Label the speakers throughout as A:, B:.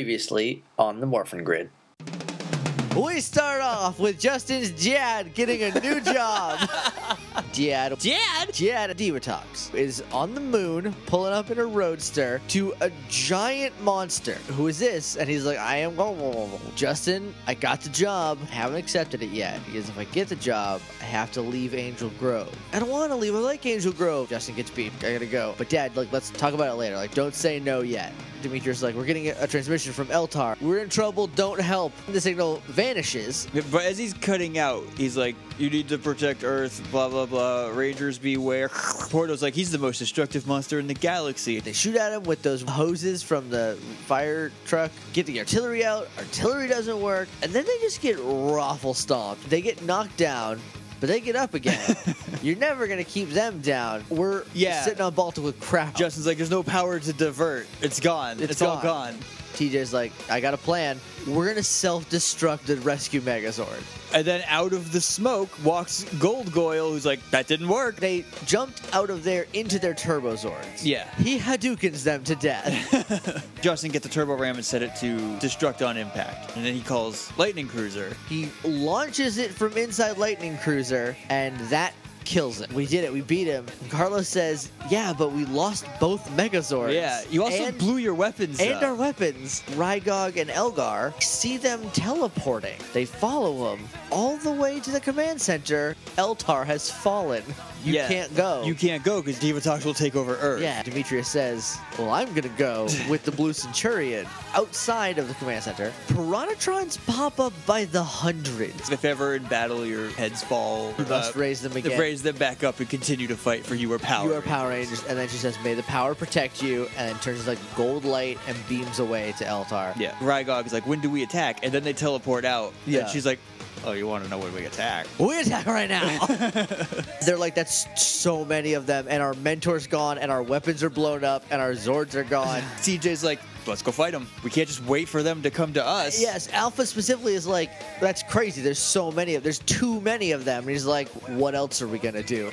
A: Previously on the Morphin Grid.
B: We start off with Justin's dad getting a new job. dad.
C: Dad?
B: Jad Divatox is on the moon, pulling up in a roadster to a giant monster. Who is this? And he's like, I am Justin. I got the job. Haven't accepted it yet because if I get the job, I have to leave Angel Grove. I don't want to leave. I like Angel Grove. Justin gets beat. I gotta go. But Dad, like, let's talk about it later. Like, don't say no yet. Demetrius like, we're getting a, a transmission from Eltar. We're in trouble. Don't help. The signal vanishes.
C: But as he's cutting out, he's like, "You need to protect Earth." Blah blah blah. Rangers beware. Porto's like, "He's the most destructive monster in the galaxy."
B: They shoot at him with those hoses from the fire truck, get the artillery out, artillery doesn't work, and then they just get raffle stomped. They get knocked down, but they get up again. You're never gonna keep them down. We're
C: Yeah.
B: sitting on Baltic with crap.
C: Justin's like, "There's no power to divert. It's gone. It's,
B: It's
C: all
B: gone."
C: gone."
B: TJ's like, I got a plan. We're gonna self-destruct the rescue Megazord.
C: And then out of the smoke walks Goldgoyle, who's like, "That didn't work."
B: They jumped out of there into their Turbozords.
C: Yeah.
B: He Hadoukens them to death.
C: Justin gets the turbo ram and set it to destruct on impact. And then he calls Lightning Cruiser.
B: He launches it from inside Lightning Cruiser, and that kills it. We did it. We beat him. And Carlos says, "Yeah, but we lost both Megazords.
C: Yeah, you also
B: and,
C: blew your weapons
B: and
C: up.
B: our weapons. Rygog and Elgar see them teleporting. They follow him all the way to the command center. Eltar has fallen. You
C: Yeah.
B: can't go.
C: You can't go because Divatox will take over Earth.
B: Yeah, Demetrius says, Well, I'm gonna go with the Blue Centurion outside of the command center. Piranatrons pop up by the hundreds.
C: If ever in battle your heads fall, uh,
B: You must raise them again.
C: Raise them back up and continue to fight for your power.
B: You are Power Rangers, and then she says, "May the power protect you," and then turns like gold light and beams away to Eltar.
C: Yeah. Rygog is like, when do we attack? And then they teleport out.
B: Yeah.
C: And she's like, oh, you want to know when we attack?
B: We attack right now. They're like, that's so many of them, and our mentor's gone, and our weapons are blown up, and our Zords are gone.
C: CJ's like, let's go fight them. We can't just wait for them to come to us.
B: yes, Alpha specifically is like, that's crazy. There's so many of. There's too many of them. And he's like, what else are we gonna do?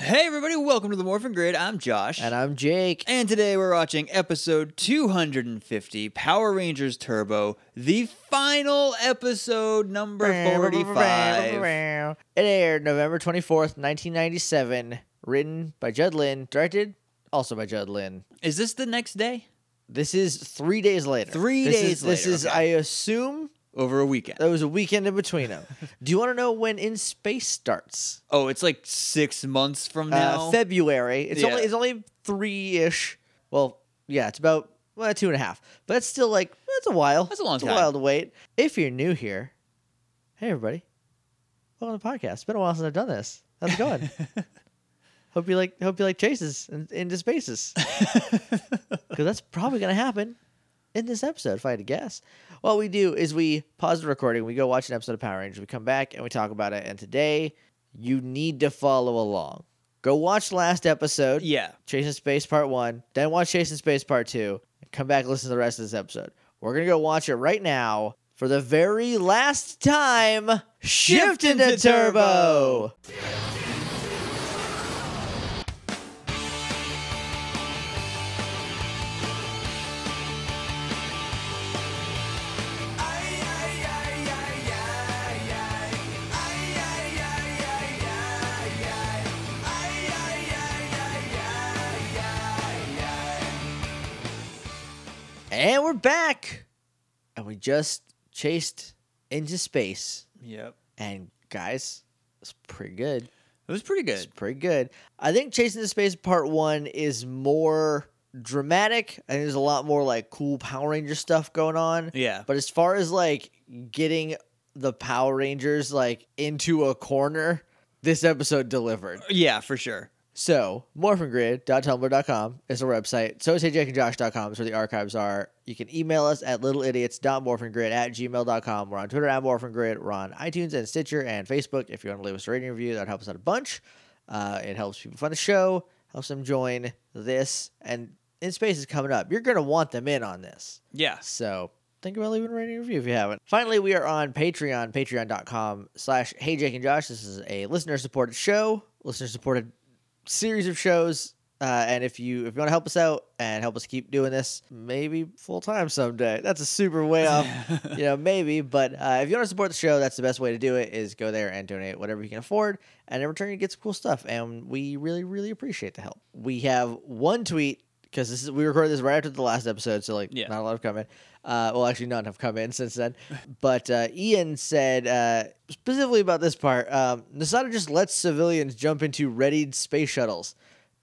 C: Hey, everybody. Welcome to the Morphin Grid. I'm Josh.
B: And I'm Jake.
C: And today we're watching episode 250, Power Rangers Turbo, the final episode, number 45.
B: It aired November 24th, 1997. Written by Judd Lynn, directed also by Judd Lynn.
C: Is this the next day?
B: This is three days later.
C: Three
B: This
C: days
B: is- This
C: later,
B: is,
C: okay.
B: I assume,
C: Over a weekend.
B: there was a weekend in between them. Do you want to know when In Space starts?
C: Oh, it's like six months from now.
B: Uh, February. It's
C: Yeah.
B: only it's only three ish. Well, yeah, it's about well, two and a half, but it's still like that's a while.
C: That's a long
B: it's
C: time.
B: A while to wait. If you're new here, hey everybody, welcome to the podcast. It's been a while since I've done this. How's it going? hope you like hope you like chases and into spaces because that's probably going to happen in this episode, if I had to guess. What we do is we pause the recording, we go watch an episode of Power Rangers, we come back and we talk about it. And today, you need to follow along. Go watch last episode,
C: yeah.
B: Chasing Space Part 1, then watch Chasing Space Part 2, and come back and listen to the rest of this episode. We're going to go watch it right now for the very last time Shift
C: Shift
B: into
C: into
B: Turbo. And we're back. And we just chased into space.
C: Yep.
B: And guys, it's pretty good.
C: It was pretty
B: It's
C: good.
B: pretty good. I think Chasing the Space Part 1 is more dramatic. I think there's a lot more like cool Power Ranger stuff going on.
C: Yeah.
B: But as far as like getting the Power Rangers like into a corner, this episode delivered.
C: Yeah, for sure.
B: So, morphingrid.tumblr.com is our website. So is heyjackandjosh.com is where the archives are. You can email us at littleidiots.morphingrid at gmail.com. We're on Twitter at morphingrid. We're on iTunes and Stitcher and Facebook. If you want to leave us a rating review, that helps out a bunch. Uh, it helps people find the show, helps them join this. And In Space is coming up. You're going to want them in on this.
C: Yeah.
B: So think about leaving a rating and review if you haven't. Finally, we are on Patreon, patreon.com slash hey Jake and Josh. This is a listener supported show, listener supported series of shows. Uh, and if you if you want to help us out and help us keep doing this, maybe full time someday. That's a super way off, you know, maybe. But uh, if you want to support the show, that's the best way to do it is go there and donate whatever you can afford, and in return you get some cool stuff. And we really really appreciate the help. We have one tweet because this is we recorded this right after the last episode, so like
C: Yeah.
B: not a lot have come in. Uh, well, actually, none have come in since then. But uh, Ian said uh, specifically about this part: um, Nasada just lets civilians jump into readied space shuttles.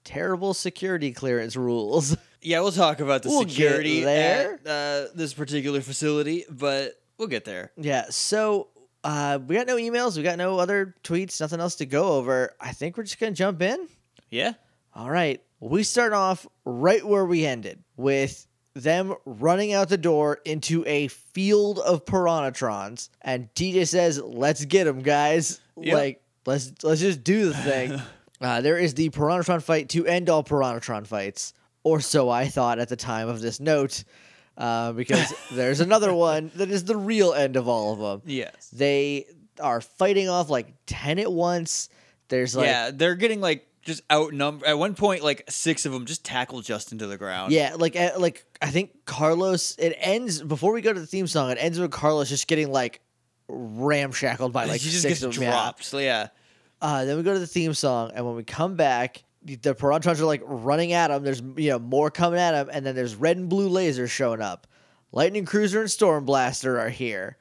B: Terrible security clearance rules.
C: Yeah, we'll talk about the
B: We'll get
C: security
B: there.
C: at uh, this particular facility, but we'll get there.
B: yeah. So uh, we got no emails. We got no other tweets. Nothing else to go over. I think we're just gonna jump in.
C: Yeah.
B: All right. We start off right where we ended with them running out the door into a field of piranatrons and TJ says, "Let's get them, guys.
C: Yep.
B: Like let's let's just do the thing." uh, there is the piranatron fight to end all piranatron fights, or so I thought at the time of this note. Uh, because there's another one that is the real end of all of them.
C: Yes.
B: They are fighting off like 10 at once. There's like
C: yeah, they're getting like just outnumbered. At one point, like six of them just tackle Justin to the ground.
B: Yeah, like uh, like I think Carlos. It ends before we go to the theme song. It ends with Carlos just getting like ramshackled by like
C: he just
B: six
C: gets
B: of them, yeah.
C: dropped. So, Yeah.
B: Uh, then we go to the theme song, and when we come back, the the Pirantrons are like running at him. There's you know more coming at him, and then there's red and blue lasers showing up. Lightning Cruiser and Storm Blaster are here,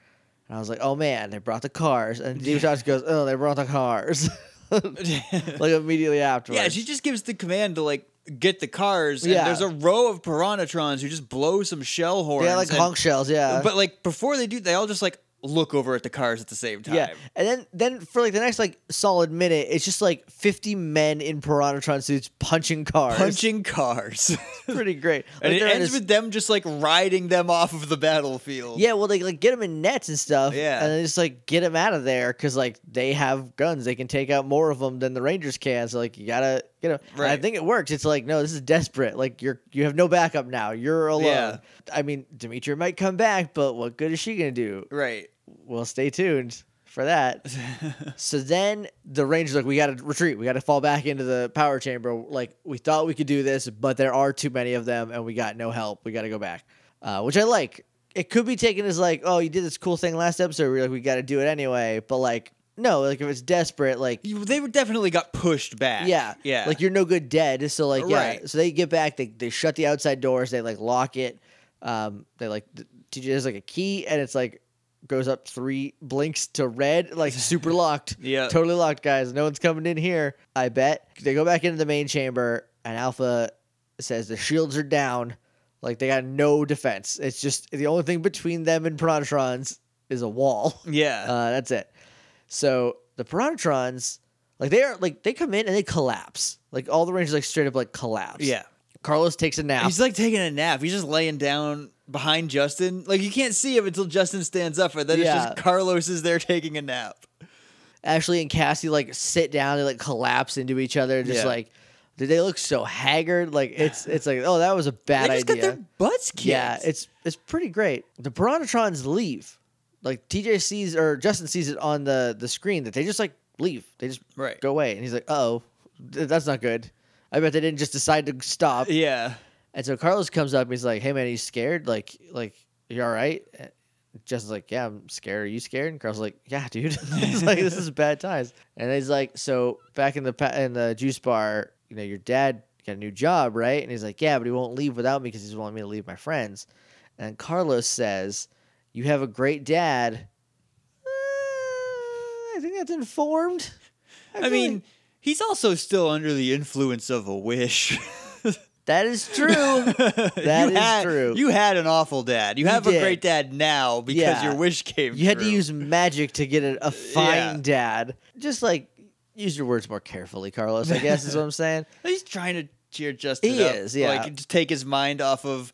B: and I was like, oh man, they brought the cars. And Deep Shots goes, oh, they brought the cars. like immediately afterwards.
C: Yeah, she just gives the command to like get the cars. And
B: Yeah.
C: there's a row of piranatrons who just blow some shell horns.
B: yeah, like
C: and-
B: honk shells. Yeah,
C: But like before they do, they all just like look over at the cars at the same time.
B: Yeah, and then then for like the next like solid minute, it's just like fifty men in Piranatron suits punching cars.
C: Punching cars.
B: It's pretty great.
C: and
B: Like,
C: it
B: they're in
C: ends
B: this-
C: with them just like riding them off of the battlefield.
B: yeah, well they like get them in nets and stuff.
C: Yeah.
B: and then just like get them out of there because like they have guns, they can take out more of them than the Rangers can. So like you gotta get them. I
C: Right.
B: think it works. It's like no, this is desperate. Like you're you have no backup now. You're alone.
C: Yeah.
B: I mean, Demetri might come back, but what good is she gonna do?
C: Right.
B: Well, stay tuned for that. So then the Rangers like, we got to retreat. We got to fall back into the power chamber. Like we thought we could do this, but there are too many of them, and we got no help. We got to go back, uh, which I like. It could be taken as like, oh, you did this cool thing last episode. We're like, we got to do it anyway. But like, no, like if it's desperate, like
C: You- they were definitely got pushed back.
B: yeah,
C: Yeah.
B: like you're no good dead. So like, yeah.
C: Right.
B: So they get back. They they shut the outside doors. They like lock it. Um, they like th- TJ has like a key, and it's like goes up three blinks to red, like super locked.
C: Yeah.
B: Totally locked, guys. No one's coming in here. I bet. They go back into the main chamber, and Alpha says the shields are down. Like they got no defense. It's just the only thing between them and Pronatrons is a wall.
C: yeah.
B: Uh, that's it. So the Piranatrons, like they are, like they come in and they collapse. Like all the Rangers, like straight up, like collapse.
C: yeah.
B: Carlos takes a nap.
C: He's like taking a nap. He's just laying down behind Justin. Like you can't see him until Justin stands up, and then it's
B: Yeah.
C: just Carlos is there taking a nap.
B: Ashley and Cassie like sit down. They like collapse into each other. Just
C: Yeah.
B: like dude, they look so haggard. Like it's it's like oh that was a bad
C: they just
B: idea.
C: got their butts kicked.
B: yeah, it's it's pretty great. The Piranatrons leave. Like TJ sees or Justin sees it on the the screen that they just like leave. They just
C: Right.
B: go away, and he's like, oh, that's not good. I bet they didn't just decide to stop.
C: yeah.
B: And so Carlos comes up. and He's like, "Hey man, are you scared? Like, like you all right?" And Justin's like, "Yeah, I'm scared. Are you scared?" And Carlos is like, "Yeah, dude. he's like, this is bad times." And he's like, "So back in the pa- in the juice bar, you know, your dad got a new job, right?" And he's like, "Yeah, but he won't leave without me because he's wanting me to leave my friends." And Carlos says, "You have a great dad." Uh, I think that's informed.
C: I,
B: feel
C: mean,
B: like
C: he's also still under the influence of a wish.
B: that is true.
C: That is
B: That is true.
C: You had an awful dad. You, have
B: did.
C: a great dad now because
B: Yeah.
C: your wish came.
B: You had to
C: true.
B: use magic to get a, a fine dad. Just like use your words more carefully, Carlos. I guess is what I'm saying.
C: He's trying to cheer Justin
B: He
C: up.
B: is, yeah.
C: Like to take his mind off of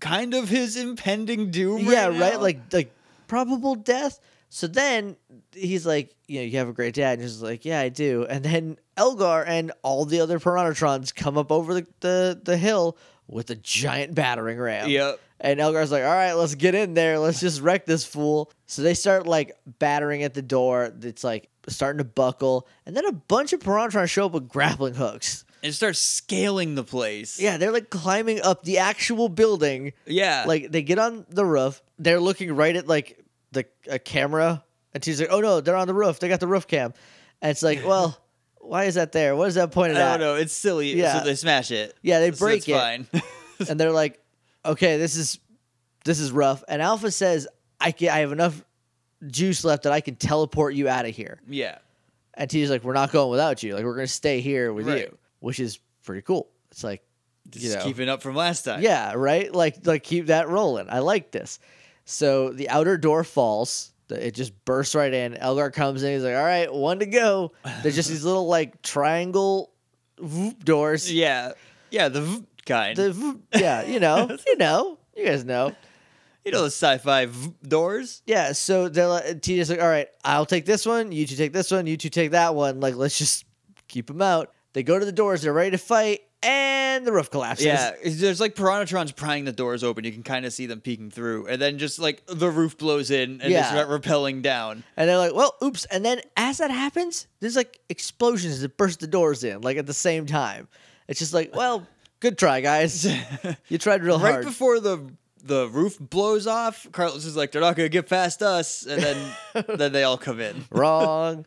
C: kind of his impending doom.
B: yeah,
C: right.
B: right.
C: now.
B: Like like probable death. So then he's like, you know, you have a great dad. And he's like, yeah, I do. And then Elgar and all the other Piranatrons come up over the, the, the hill with a giant battering ram.
C: Yep.
B: And Elgar's like, all right, let's get in there. Let's just wreck this fool. So they start like battering at the door that's like starting to buckle. And then a bunch of Pirantrons show up with grappling hooks.
C: and starts scaling the place.
B: Yeah, they're like climbing up the actual building.
C: Yeah.
B: Like they get on the roof. They're looking right at like the a camera, and she's like, "Oh no, they're on the roof. They got the roof cam." And it's like, well, why is that there? What is that pointed
C: I
B: at?
C: don't know. It's silly.
B: Yeah.
C: So they smash it.
B: Yeah, they
C: So
B: break
C: it's
B: it.
C: Fine.
B: and they're like, "Okay, this is this is rough." And Alpha says, "I can, I have enough juice left that I can teleport you out of here."
C: yeah.
B: And T's like, "We're not going without you. Like we're gonna stay here with
C: Right.
B: you," which is pretty cool. It's like,
C: Just
B: you know,
C: keeping up from last time.
B: yeah, right. Like like keep that rolling. I like this. So the outer door falls. The- It just bursts right in. Elgar comes in. He's like, "All right, one to go." There's just these little like triangle voop doors.
C: Yeah. Yeah. The v- kind.
B: The voop- yeah, you know, you know, you guys know.
C: you know, the sci fi v- doors.
B: Yeah, so they're like, TJ's like, all right, I'll take this one, you two take this one, you two take that one. Like, let's just keep them out. They go to the doors, they're ready to fight, and the roof collapses.
C: Yeah, it's- there's like Piranatrons prying the doors open. You can kind of see them peeking through, and then just like the roof blows in and
B: Yeah.
C: they start rappelling down.
B: And they're like, well, oops. And then as that happens, there's like explosions that burst the doors in, like at the same time. It's just like, well, good try, guys. You tried real
C: right
B: hard.
C: before the the roof blows off, Carlos is like, "They're not gonna get past us," and then then they all come in.
B: Wrong.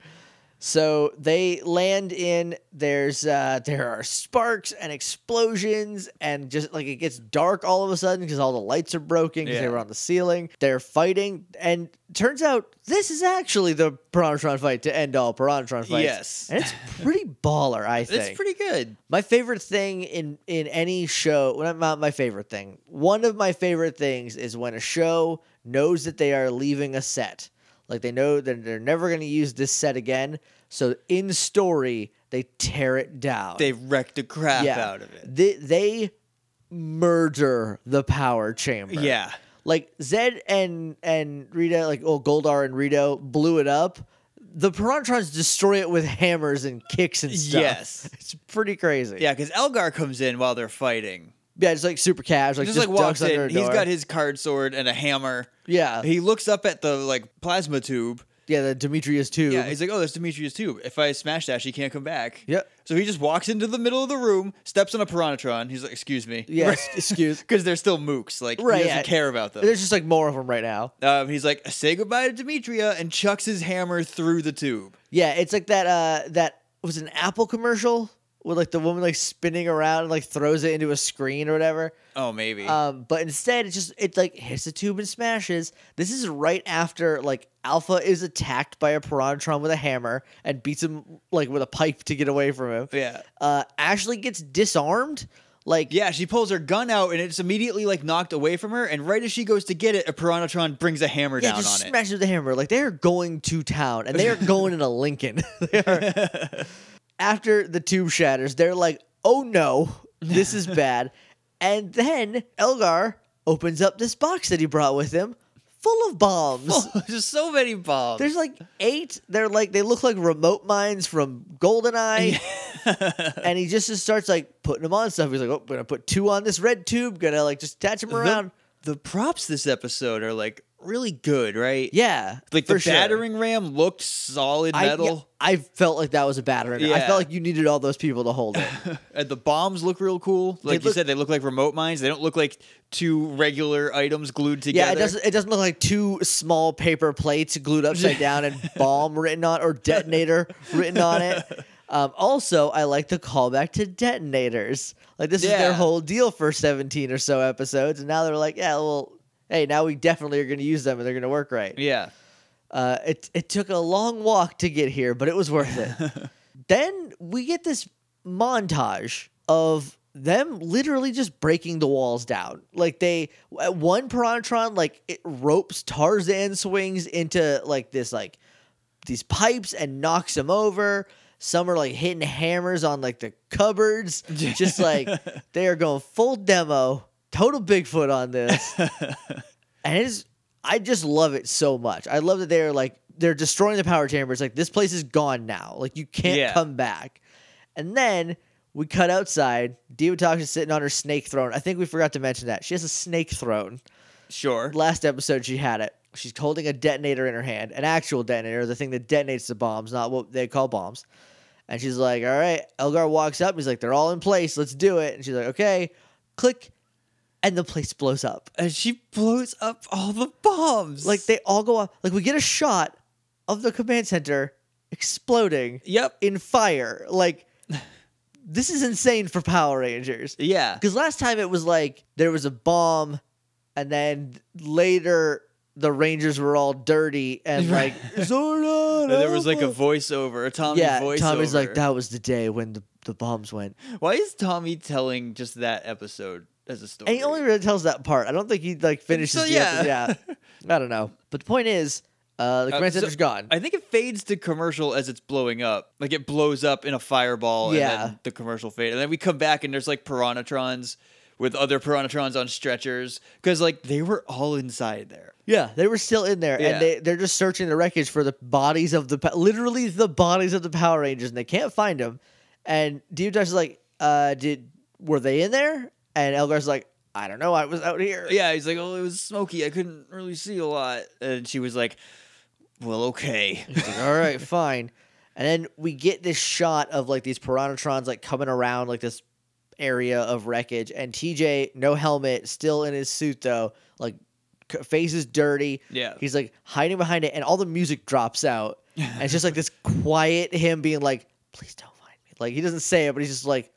B: So they land in there's uh there are sparks and explosions and just like it gets dark all of a sudden because all the lights are broken because they
C: Yeah.
B: were on the ceiling. They're fighting and turns out this is actually the Piranatron fight to end all Piranatron fights.
C: Yes.
B: And it's pretty baller, I think.
C: It's pretty good.
B: My favorite thing in in any show, well, not my favorite thing. One of my favorite things is when a show knows that they are leaving a set. Like they know that they're never going to use this set again, so in story they tear it down.
C: They wrecked the crap out of it.
B: They, they murder the power chamber.
C: Yeah,
B: Like Zed and and Rita, like oh Goldar and Rito blew it up. The Pirantrons destroy it with hammers and kicks and stuff.
C: Yes.
B: It's pretty crazy.
C: yeah, because Elgar comes in while they're fighting.
B: Yeah, just like super cash, like
C: Just,
B: just,
C: like walks
B: ducks under a
C: in. He's
B: door.
C: got his card sword and a hammer.
B: yeah,
C: Uh, He looks up at the like plasma tube.
B: yeah. The Demetrius too.
C: Yeah, he's like, oh, that's Demetrius tube. If I smash that, she can't come back.
B: Yep.
C: So he just walks into the middle of the room, steps on a Piranatron. He's like, excuse me.
B: yes, excuse.
C: Because they're still mooks. Like,
B: Right,
C: he doesn't
B: yeah.
C: care about them.
B: There's just like more of them right now.
C: Um, he's like, say goodbye to Demetria and chucks his hammer through the tube.
B: Yeah, it's like that. Uh, that was an Apple commercial with like the woman like spinning around and like throws it into a screen or whatever.
C: Oh, maybe.
B: Um, but instead, it just it like hits a tube and smashes. This is right after like Alpha is attacked by a Piranatron with a hammer and beats him like with a pipe to get away from him.
C: yeah.
B: Uh, Ashley gets disarmed. Like
C: Yeah, she pulls her gun out and it's immediately like knocked away from her. And right as she goes to get it, a Piranatron brings a hammer
B: Yeah,
C: down
B: just
C: on
B: smash it with the hammer. Like they are going to town, and they are going in a Lincoln. They are- After the tube shatters, they're like, "Oh no, this is bad." and then Elgar opens up this box that he brought with him, full of bombs.
C: it. just so many bombs.
B: There's like eight. They're like they look like remote mines from GoldenEye. and he just, just starts like putting them on stuff. He's like, "Oh, gonna put two on this red tube. Gonna like just attach them around."
C: the, the props this episode are like really good, right?
B: yeah,
C: Like
B: for
C: the
B: sure.
C: battering ram looked solid
B: I-
C: metal.
B: yeah, I felt like that was a battering. ram. I
C: Yeah.
B: felt like you needed all those people to hold it.
C: And the bombs look real cool. Like you
B: look-
C: said, they look like remote mines. They don't look like two regular items glued together.
B: yeah, it doesn't. It doesn't look like two small paper plates glued upside down and bomb written on or detonator written on it. Um, also, I like the callback to detonators. Like this is their
C: Yeah.
B: whole deal for seventeen or so episodes, and now they're like, yeah, well, hey, now we definitely are going to use them, and they're going to work right.
C: Yeah.
B: Uh, it it took a long walk to get here, but it was worth it. then we get this montage of them literally just breaking the walls down. Like they at one Piranatron like it ropes Tarzan swings into like this like these pipes and knocks them over. Some are like hitting hammers on like the cupboards. Just like they are going full demo, total Bigfoot on this. and it's I just love it so much. I love that they're like they're destroying the power chamber. It's like this place is gone now. Like you can't
C: Yeah.
B: come back. And then we cut outside. Divatox is sitting on her snake throne. I think we forgot to mention that. She has a snake throne.
C: Sure.
B: Last episode she had it. She's holding a detonator in her hand, an actual detonator, the thing that detonates the bombs, not what they call bombs. And she's like, all right. Elgar walks up. He's like, they're all in place. Let's do it. And she's like, okay. Click. And the place blows up.
C: And she blows up all the bombs.
B: Like they all go up. Like we get a shot of the command center exploding
C: Yep.
B: in fire. Like this is insane for Power Rangers.
C: Yeah.
B: Because last time it was like there was a bomb, and then later the Rangers were all dirty and like Zordon.
C: And there was like a
B: Alpha."
C: voiceover, a Tommy
B: yeah.
C: voiceover.
B: Tommy's like that was the day when the, the bombs went,
C: Why is Tommy telling just that episode as a story?
B: and he only really tells that part. I don't think he like finishes.
C: So,
B: the
C: yeah.
B: episode- yeah. I don't know, but the point is, uh, the
C: Uh,
B: command
C: so-
B: center's gone.
C: I think it fades to commercial as it's blowing up. Like it blows up in a fireball
B: Yeah.
C: and then the commercial fade. And then we come back and there's like piranatrons with other piranatrons on stretchers. Because like they were all inside there.
B: Yeah, they were still in there,
C: Yeah.
B: and they they're just searching the wreckage for the bodies of the pa- literally the bodies of the Power Rangers, and they can't find them. And Deep Dash is like, uh, "Did were they in there?" And Elgar's like, "I don't know, I was out here."
C: Yeah, he's like, Oh, it was smoky. I couldn't really see a lot. And she was like, Well, okay.
B: He's like, All right, fine. And then we get this shot of like these Piranatrons like coming around like this area of wreckage, and TJ no helmet, still in his suit though, like c- face is dirty.
C: Yeah.
B: He's like hiding behind it, and all the music drops out. And it's just like this quiet him being like, please don't find me. Like he doesn't say it, but he's just like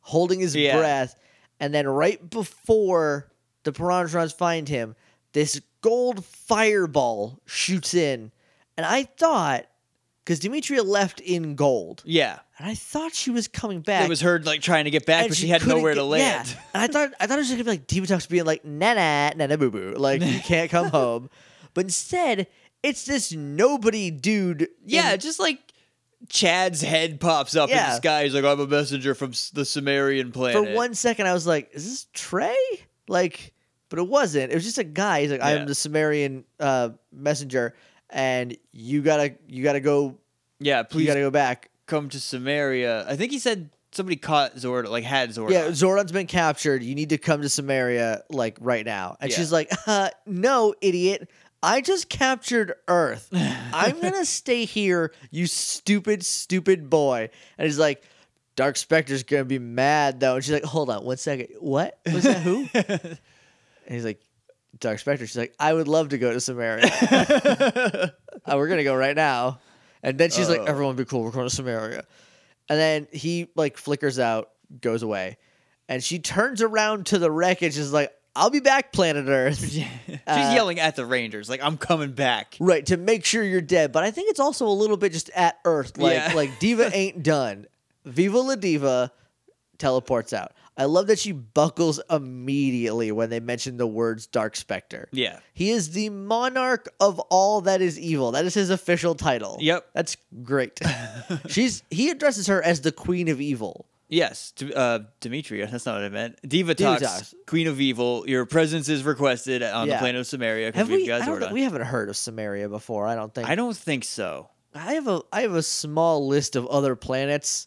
B: holding his
C: Yeah.
B: breath. And then right before the Piranatrons find him, this gold fireball shoots in. And I thought, because Demetria left in gold,
C: Yeah.
B: and I thought she was coming back.
C: It was her like trying to get back,
B: and
C: but she, had
B: couldn't
C: nowhere to
B: get-
C: land.
B: Yeah. And I thought I thought it was just gonna be like Diva Talks being like, nah nah, nah nah boo boo. Like you can't come home. But instead, it's this nobody dude. in-
C: Yeah, just like Chad's head pops up in
B: Yeah.
C: the sky. He's like, I'm a messenger from s- the Sumerian
B: for
C: planet.
B: one second I was like, is this Trey? Like, but it wasn't. It was just a guy. He's like, I
C: Yeah.
B: am the Sumerian uh, messenger, and you gotta you gotta go
C: yeah,
B: you
C: please
B: gotta go back.
C: come to Samaria. I think he said somebody caught Zord, like had Zord.
B: Yeah, Zordon's been captured. You need to come to Samaria like right now. And
C: Yeah.
B: she's like, uh, no, idiot. I just captured Earth. I'm gonna stay here, you stupid, stupid boy. And he's like, Dark Specter's gonna be mad though. And she's like, hold on, one second. What? Was that who? And he's like, Dark Spectre. She's like, I would love to go to Samaria. Uh, we're gonna go right now. And then she's like,
C: Oh.
B: everyone be cool, we're going to Samaria. And then he like flickers out, goes away. And she turns around to the wreckage, is like, I'll be back, planet Earth.
C: She's
B: Uh,
C: yelling at the Rangers, like, I'm coming back.
B: Right, to make sure you're dead. But I think it's also a little bit just at Earth. Like
C: Yeah.
B: like Diva ain't done. Viva La Diva teleports out. I love that she buckles immediately when they mention the words Dark Spectre.
C: Yeah.
B: He is the monarch of all that is evil. That is his official title.
C: Yep.
B: That's great. She's he addresses her as the queen of evil.
C: Yes. D- uh, Demetria, that's not what I meant. Diva
B: Diva
C: Tox,
B: Tox.
C: Queen of Evil, your presence is requested on the
B: Yeah.
C: planet of Samaria because
B: Have
C: we've
B: we?
C: got
B: I don't
C: Zordon.
B: think, we haven't heard of Samaria before. I don't think.
C: I don't think so.
B: I have a I have a small list of other planets.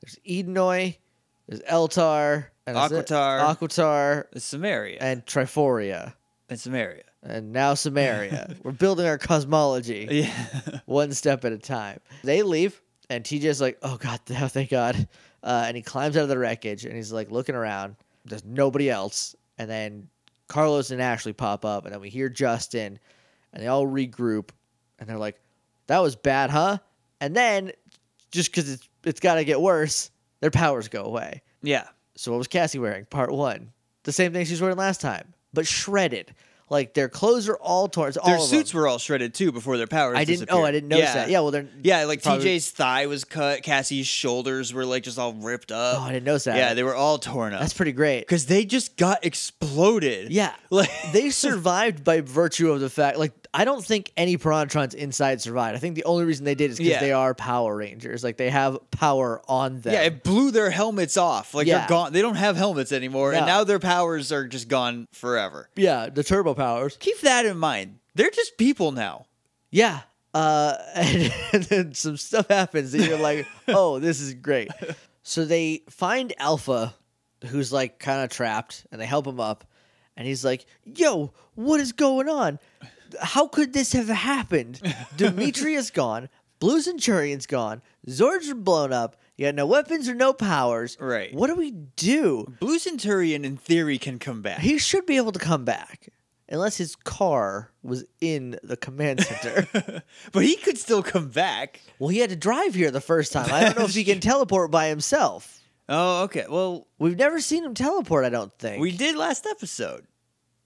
B: There's Edenoi, there's Eltar, and that's it.
C: Aquatar.
B: Aquatar,
C: It's Samaria.
B: and Triforia,
C: it's Samaria.
B: and now Samaria. We're building our cosmology.
C: Yeah.
B: one step at a time. They leave, and TJ's like, "Oh God, oh, thank God!" Uh, and he climbs out of the wreckage, and he's like looking around. There's nobody else, and then Carlos and Ashley pop up, and then we hear Justin, and they all regroup, and they're like, "That was bad, huh?" And then, just because it's it's got to get worse, their powers go away.
C: yeah.
B: So what was Cassie wearing? Part one, the same thing she was wearing last time, but shredded. Like their clothes are all torn. it's
C: Their
B: all of
C: suits
B: them.
C: were all shredded too before their powers.
B: I didn't. Oh,
C: disappeared.
B: I didn't notice
C: yeah.
B: that. Yeah, well, they're
C: Yeah, like
B: Probably-
C: TJ's thigh was cut. Cassie's shoulders were like just all ripped
B: Oh, I
C: up.
B: didn't notice that.
C: yeah, they were all torn up
B: that's pretty great.
C: because they just got exploded.
B: Yeah,
C: like
B: they survived by virtue of the fact. Like, I don't think any Piranatrons inside survived. I think the only reason they did is because
C: Yeah.
B: they are Power Rangers. Like, they have power on them.
C: yeah, it blew their helmets off. Like
B: Yeah.
C: they're gone. They don't have helmets anymore,
B: No.
C: and now their powers are just gone forever.
B: yeah, the turbo powers.
C: Keep that in mind. They're just people now.
B: Yeah. Uh, and, and then some stuff happens that you're like, oh, this is great. So they find Alpha, who's like kind of trapped, and they help him up. And he's like, yo, what is going on? How could this have happened? Demetrius gone. Blue Centurion's gone. Zords are blown up. You got no weapons or no powers.
C: Right.
B: What do we do?
C: Blue Centurion, in theory, can come back.
B: He should be able to come back. Unless his car was in the command center.
C: but he could still come back.
B: well, he had to drive here the first time. I don't know if he can teleport by himself.
C: Oh, okay. Well,
B: We've never seen him teleport, I don't think.
C: we did last episode.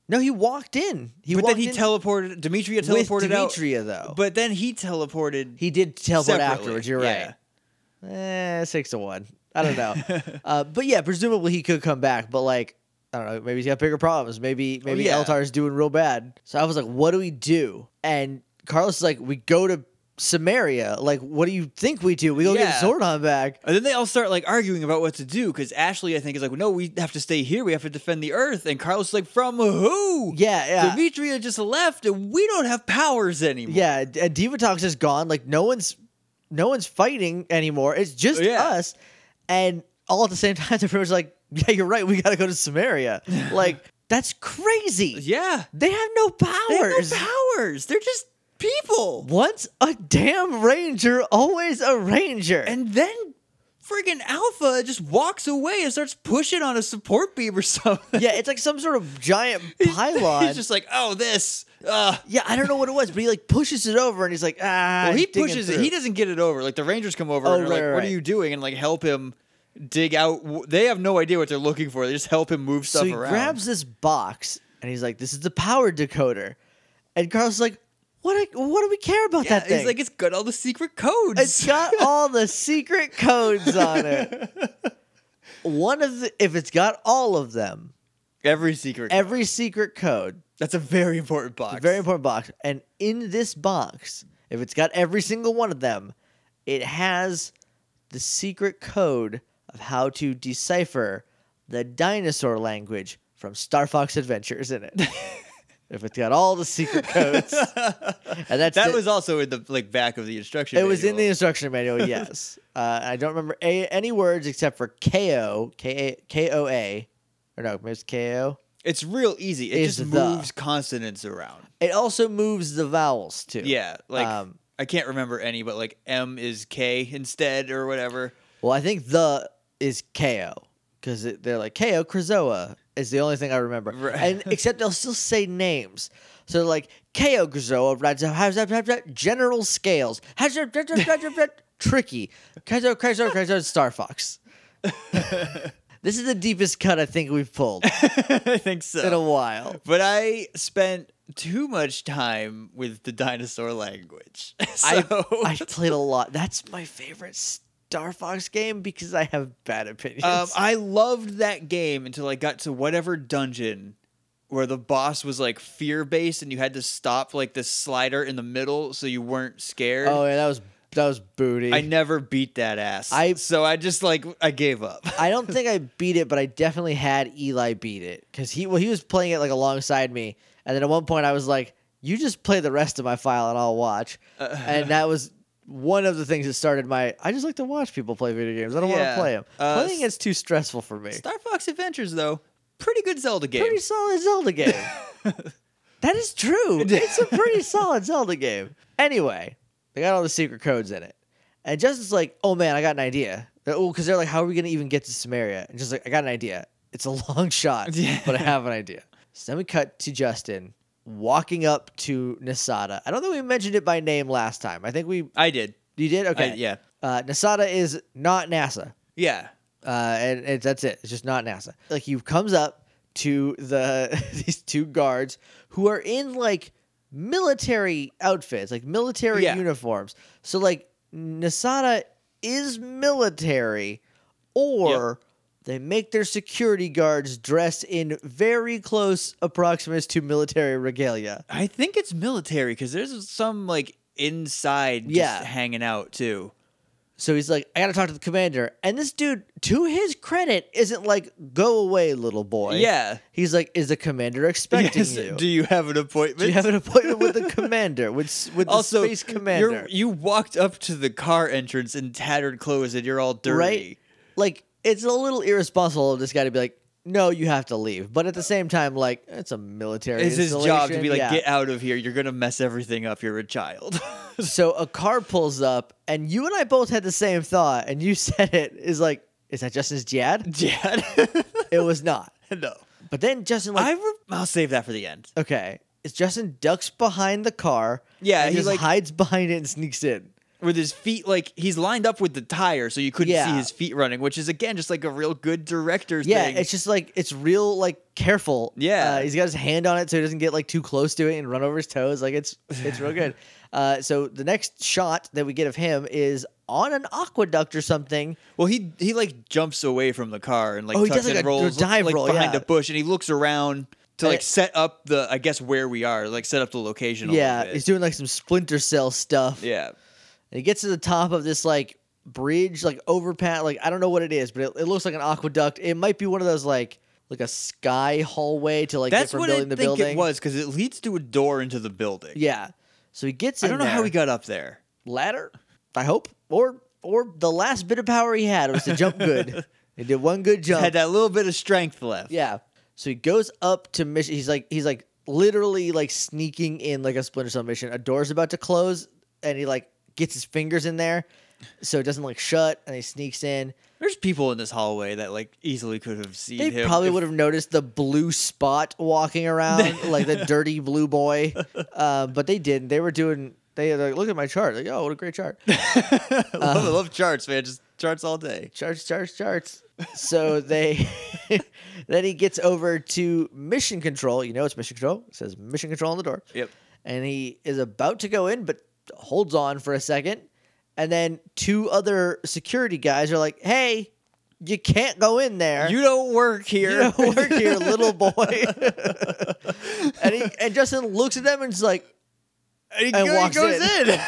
B: no, he walked in. He
C: but
B: walked
C: then he
B: in
C: teleported. Demetria
B: with
C: teleported
B: Demetria, though.
C: out. But then he teleported.
B: He did teleport
C: Separately,
B: afterwards. You're right. Eh, six to one. I don't know. uh, but yeah, presumably he could come back. But like, I don't know. Maybe he's got bigger problems. Maybe maybe
C: Oh, yeah.
B: Eltar's doing real bad. So I was like, what do we do? And Carlos is like, we go to Samaria. Like, what do you think we do? We go
C: Yeah.
B: get Zordon back.
C: And then they all start like arguing about what to do because Ashley, I think, is like, no, we have to stay here. We have to defend the Earth. And Carlos is like, from who?
B: Yeah, yeah.
C: Demetria just left, and we don't have powers anymore.
B: Yeah, D- uh, Divatox is gone. Like no one's no one's fighting anymore. It's just
C: Oh, Yeah.
B: us. And all at the same time, the was like, Yeah, you're right, we gotta go to Samaria. like, that's crazy.
C: Yeah.
B: They have no powers.
C: They have no powers. They're just people.
B: Once a damn ranger, always a ranger.
C: And then friggin' Alpha just walks away and starts pushing on a support beam or something.
B: yeah, it's like some sort of giant pylon.
C: He's just like, oh, this. Uh.
B: yeah, I don't know what it was, but he like pushes it over and he's like, ah.
C: Well, he
B: he's digging
C: pushes it.
B: through."
C: He doesn't get it over. Like the Rangers come over
B: Oh,
C: and are like,
B: right, right,
C: "What are
B: right.
C: you doing?" and like help him dig out. w- They have no idea what they're looking for. They just help him move stuff
B: so he
C: around.
B: grabs this box and he's like, "This is the power decoder," and Carl's like, "What? What do we care about
C: yeah,
B: that thing?"
C: he's like, "It's got all the secret codes."
B: it's got all the secret codes on it. One of the, if it's got all of them,
C: every secret. code.
B: every secret code,
C: That's a very important box.
B: very important box, and in this box, if it's got every single one of them, it has the secret code of how to decipher the dinosaur language from Star Fox Adventures in it. if it's got all the secret codes, and that's
C: That
B: it.
C: was also in the like back of the instruction.
B: It was in the
C: manual.
B: instruction manual, yes. uh, I don't remember a- any words except for KO, K- KOA, or no, maybe it's KO.
C: It's real easy. It
B: is
C: just
B: the-
C: moves consonants around.
B: It also moves the vowels too.
C: Yeah, like
B: Um,
C: I can't remember any, but like M is K instead or whatever.
B: Well, I think the is KO because they're like KO Krizoa is the only thing I remember,
C: Right.
B: and except they'll still say names. So like KO Krizoa, rides up- has up- has up- General Scales, has up- has up- has up- has up- Tricky, Krizo Krizo Krizo Star Fox. This is the deepest cut I think we've pulled
C: I think so.
B: in a while.
C: But I spent too much time with the dinosaur language.
B: I
C: So
B: I played a lot. That's my favorite Star Fox game because I have bad opinions.
C: um, I loved that game until I got to whatever dungeon where the boss was like fear based and you had to stop like this slider in the middle so you weren't scared.
B: oh yeah, that was that was booty.
C: I never beat that ass.
B: I-
C: so I just like I gave up.
B: I don't think I beat it, but I definitely had Eli beat it because he well he was playing it like alongside me, and then at one point I was like, "You just play the rest of my file and I'll watch,"
C: Uh,
B: and that was one of the things that started my. I just like to watch people play video games. I don't want
C: Yeah.
B: to play them.
C: Uh,
B: Playing it's too stressful for me.
C: Star Fox Adventures though, pretty good Zelda game.
B: Pretty solid Zelda game. that is true. It's a pretty solid Zelda game. Anyway, they got all the secret codes in it. And Justin's like, oh man, I got an idea. Oh, because they're like, how are we going to even get to Samaria? And just like, I got an idea. It's a long shot,
C: Yeah.
B: but I have an idea. So then we cut to Justin walking up to Nasada. I don't think we mentioned it by name last time. I think we,
C: I did.
B: you did? Okay.
C: I- yeah.
B: Uh, Nasada is not NASA
C: Yeah.
B: uh, and, and that's it. It's just not NASA. Like he comes up to the these two guards who are in like military outfits, like military
C: Yeah.
B: uniforms. So like Nasada is military, or they make their security guards dress in very close approximates to military regalia.
C: I think it's military because there's some like inside just
B: Yeah.
C: hanging out too.
B: So he's like, I gotta talk to the commander. And this dude, to his credit, isn't like, go away, little boy.
C: Yeah.
B: He's like, is the commander expecting
C: Yes,
B: you?
C: Do you have an appointment?
B: Do you have an appointment with the commander? With s- with the
C: also,
B: space
C: you're-
B: commander,
C: You walked up to the car entrance in tattered clothes and you're all dirty.
B: right? Like it's a little irresponsible of this guy to be like, no, you have to leave. But at the same time, like it's a military.
C: It's his job to
B: installation.
C: be like,
B: Yeah.
C: get out of here. You're gonna mess everything up. You're a child.
B: So a car pulls up, and you and I both had the same thought, and you said it is like, is that Justin's dad?
C: Jad.
B: It was not.
C: no.
B: But then Justin like,
C: I re- I'll save that for the end.
B: okay, it's Justin ducks behind the car.
C: Yeah,
B: and
C: he,
B: just
C: like-
B: hides behind it and sneaks in.
C: With his feet, like he's lined up with the tire, so you couldn't see
B: Yeah.
C: his feet running, which is again just like a real good director
B: Yeah,
C: thing.
B: it's just like it's real like careful.
C: Yeah.
B: uh, he's got his hand on it so he doesn't get like too close to it and run over his toes. Like it's it's real good. Uh, so the next shot that we get of him is on an aqueduct or something.
C: well, he he like jumps away from the car and like
B: Oh, he
C: tucks
B: does, like,
C: and
B: a-
C: rolls
B: a dive
C: like,
B: roll,
C: behind
B: yeah.
C: a bush, and he looks around to
B: And
C: like
B: it-
C: set up the I guess where we are, like set up the location. A
B: yeah,
C: little bit.
B: he's doing like some Splinter Cell stuff.
C: yeah.
B: And he gets to the top of this like bridge, like overpass. Like I don't know what it is, but it, it looks like an aqueduct. It might be one of those like like a sky hallway to like get
C: That's
B: from
C: what I
B: building
C: think
B: to building.
C: it was because it leads to a door into the building.
B: Yeah. So he gets.
C: I
B: in
C: don't know how
B: there.
C: he got up there.
B: ladder, I hope, or or the last bit of power he had was to jump good. he did one good jump.
C: Had that little bit of strength left.
B: yeah. So he goes up to mission. He's like he's like literally like sneaking in like a Splinter Cell mission. A door's about to close, and he like gets his fingers in there, so it doesn't like shut, and he sneaks in.
C: There's people in this hallway that like easily could have seen
B: They
C: him.
B: probably
C: if-
B: would have noticed the blue spot walking around, like the dirty blue boy, uh, but they didn't. They were doing. They like look at my chart. Like, oh, what a great chart.
C: I love,
B: uh,
C: I love charts, man. Just charts all day.
B: charts, charts, charts. So they then he gets over to mission control. You know it's mission control. It says mission control on the door.
C: Yep.
B: And he is about to go in, but holds on for a second. And then two other security guys are like, "Hey, you can't go in there.
C: You don't work here.
B: You don't work here, little boy." and he, and Justin looks at them and is like,
C: and he
B: and
C: go- he
B: walks
C: goes
B: in.
C: in.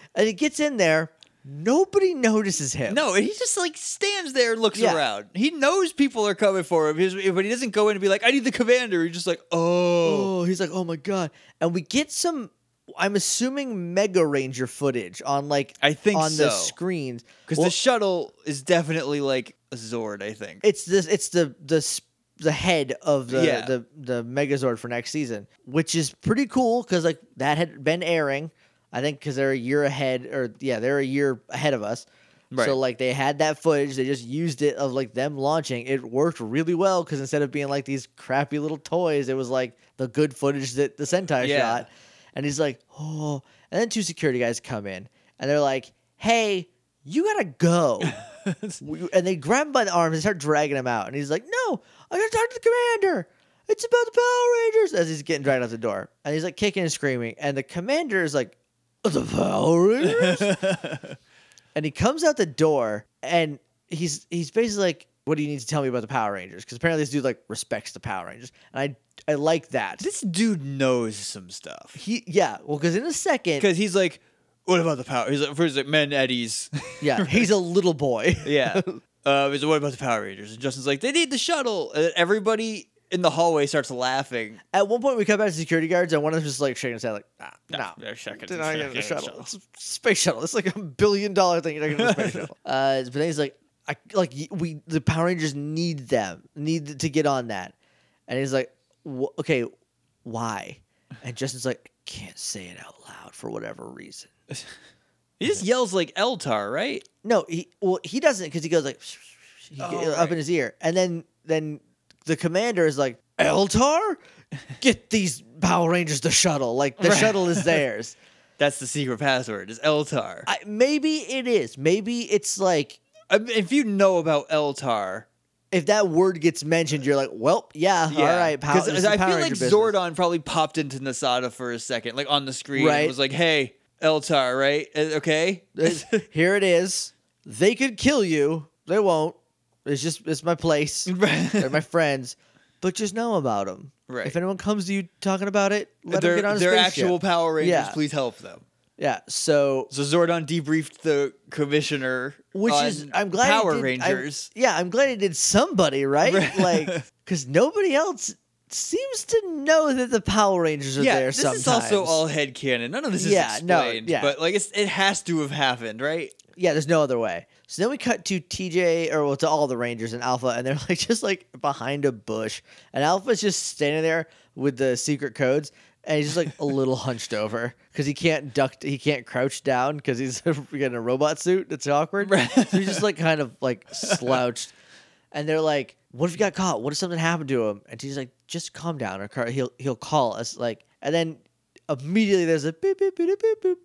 B: and he gets in there. Nobody notices him.
C: no, he just like stands there and looks
B: Yeah.
C: around. He knows people are coming for him, He's- but he doesn't go in and be like, "I need the commander." He's just like, "Oh,
B: oh he's like oh my god and we get some i'm assuming mega ranger footage on like
C: I think
B: on
C: so."
B: the screens
C: because
B: Well,
C: the shuttle is definitely like a Zord." I think.
B: it's this it's the the s- the head of the,
C: Yeah.
B: the the megazord for next season which is pretty cool because like that had been airing i think because they're a year ahead or yeah they're a year ahead of us
C: Right.
B: So like they had that footage, they just used it of like them launching. It worked really well because instead of being like these crappy little toys, it was like the good footage that the Sentai
C: Yeah.
B: shot. And he's like, oh. And then two security guys come in and they're like, hey, you gotta go. W- and they grab him by the arms and start dragging him out. And he's like, no, I gotta talk to the commander. It's about the Power Rangers as he's getting dragged out the door. And he's like kicking and screaming. And the commander is like, the Power Rangers? and he comes out the door and he's he's basically like what do you need to tell me about the power rangers because apparently this dude like respects the power rangers and i i like that
C: this dude knows some stuff.
B: he yeah well because in a second
C: because he's like, what about the power? He's like, first he's like, men Eddies.
B: yeah he's a little boy
C: yeah. Uh, he's like, what about the Power Rangers? And Justin's like, they need the shuttle. And everybody in the hallway starts laughing.
B: at one point we come back to security guards and one of them's just like shaking his head like ah, no
C: they're checking.
B: They're not getting the shuttle. It's a space shuttle. It's like a billion dollar thing. You're not getting the space shuttle. Uh, but then he's like, I like y- we the Power Rangers need them, need to get on that. And he's like, "Wh- okay, why? And Justin's like, I can't say it out loud for whatever reason.
C: He just yells like Eltar, right?
B: No, he well he doesn't because he goes like he,
C: Oh,
B: get- up
C: right.
B: in his ear, and then then the commander is like Eltar, get these Power Rangers the shuttle. Like the
C: Right.
B: shuttle is theirs.
C: That's the secret password. Is Eltar.
B: I, maybe it is. Maybe it's like
C: I mean, if you know about Eltar,
B: if that word gets mentioned, you're like, well, yeah, Uh-huh. all right. Pow- this
C: Because
B: is
C: I
B: Power
C: feel like
B: Ranger business.
C: Zordon probably popped into Nasada for a second, like on the screen, and
B: Right.
C: was like, "Hey, Eltar, right? Uh, okay."
B: It's- Here it is. They could kill you. They won't. It's just it's my place. They're my friends. But just know about them.
C: Right.
B: If anyone comes to you talking about it, let them get on a
C: they're
B: spaceship.
C: actual Power Rangers.
B: Yeah.
C: Please help them.
B: yeah. So
C: So Zordon debriefed the commissioner,
B: which
C: on
B: is I'm glad it
C: Power
B: did- I'm-
C: Rangers.
B: yeah, I'm glad it did somebody right.
C: Right.
B: Like because nobody else seems to know that the Power Rangers are
C: yeah,
B: there.
C: this
B: sometimes.
C: is also all headcanon. None of this is
B: Yeah, no,
C: explained.
B: yeah.
C: But like, it's, it has to have happened, right?
B: Yeah, there's no other way. So then we cut to TJ or well to all the Rangers and Alpha, and they're like just like behind a bush, and Alpha's just standing there with the secret codes, and he's just like a little hunched over because he can't duck, he can't crouch down because he's in a robot suit. That's awkward.
C: Right.
B: So he's just like kind of like slouched, and they're like, "What if he got caught? What if something happened to him?" And TJ's like, "Just calm down, or car- he'll he'll call us." Like, and then immediately there's a beep beep beep beep beep.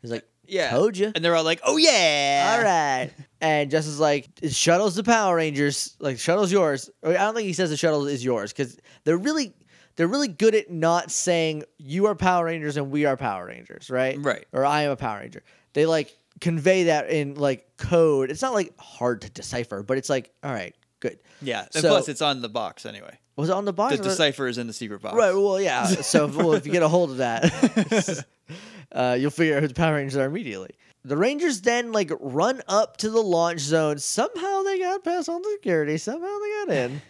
B: He's like,
C: Yeah.
B: told you."
C: And they're all like, oh, yeah.
B: All right. Eh. And Justin's like, shuttle's the Power Rangers. Like, shuttle's yours. I mean, I don't think he says the shuttle is yours because they're really, they're really good at not saying you are Power Rangers and we are Power Rangers, right?
C: Right.
B: Or I am a Power Ranger. They like convey that in like code. It's not like hard to decipher, but it's like, all right, good.
C: Yeah. And
B: So-
C: plus, it's on the box anyway.
B: Was it on the box?
C: The
B: or-
C: decipher is in the secret box.
B: Right. Well, yeah. So well, if you get a hold of that, uh, you'll figure out who the Power Rangers are immediately. The Rangers then like run up to the launch zone. Somehow they got past all the security. Somehow they got in.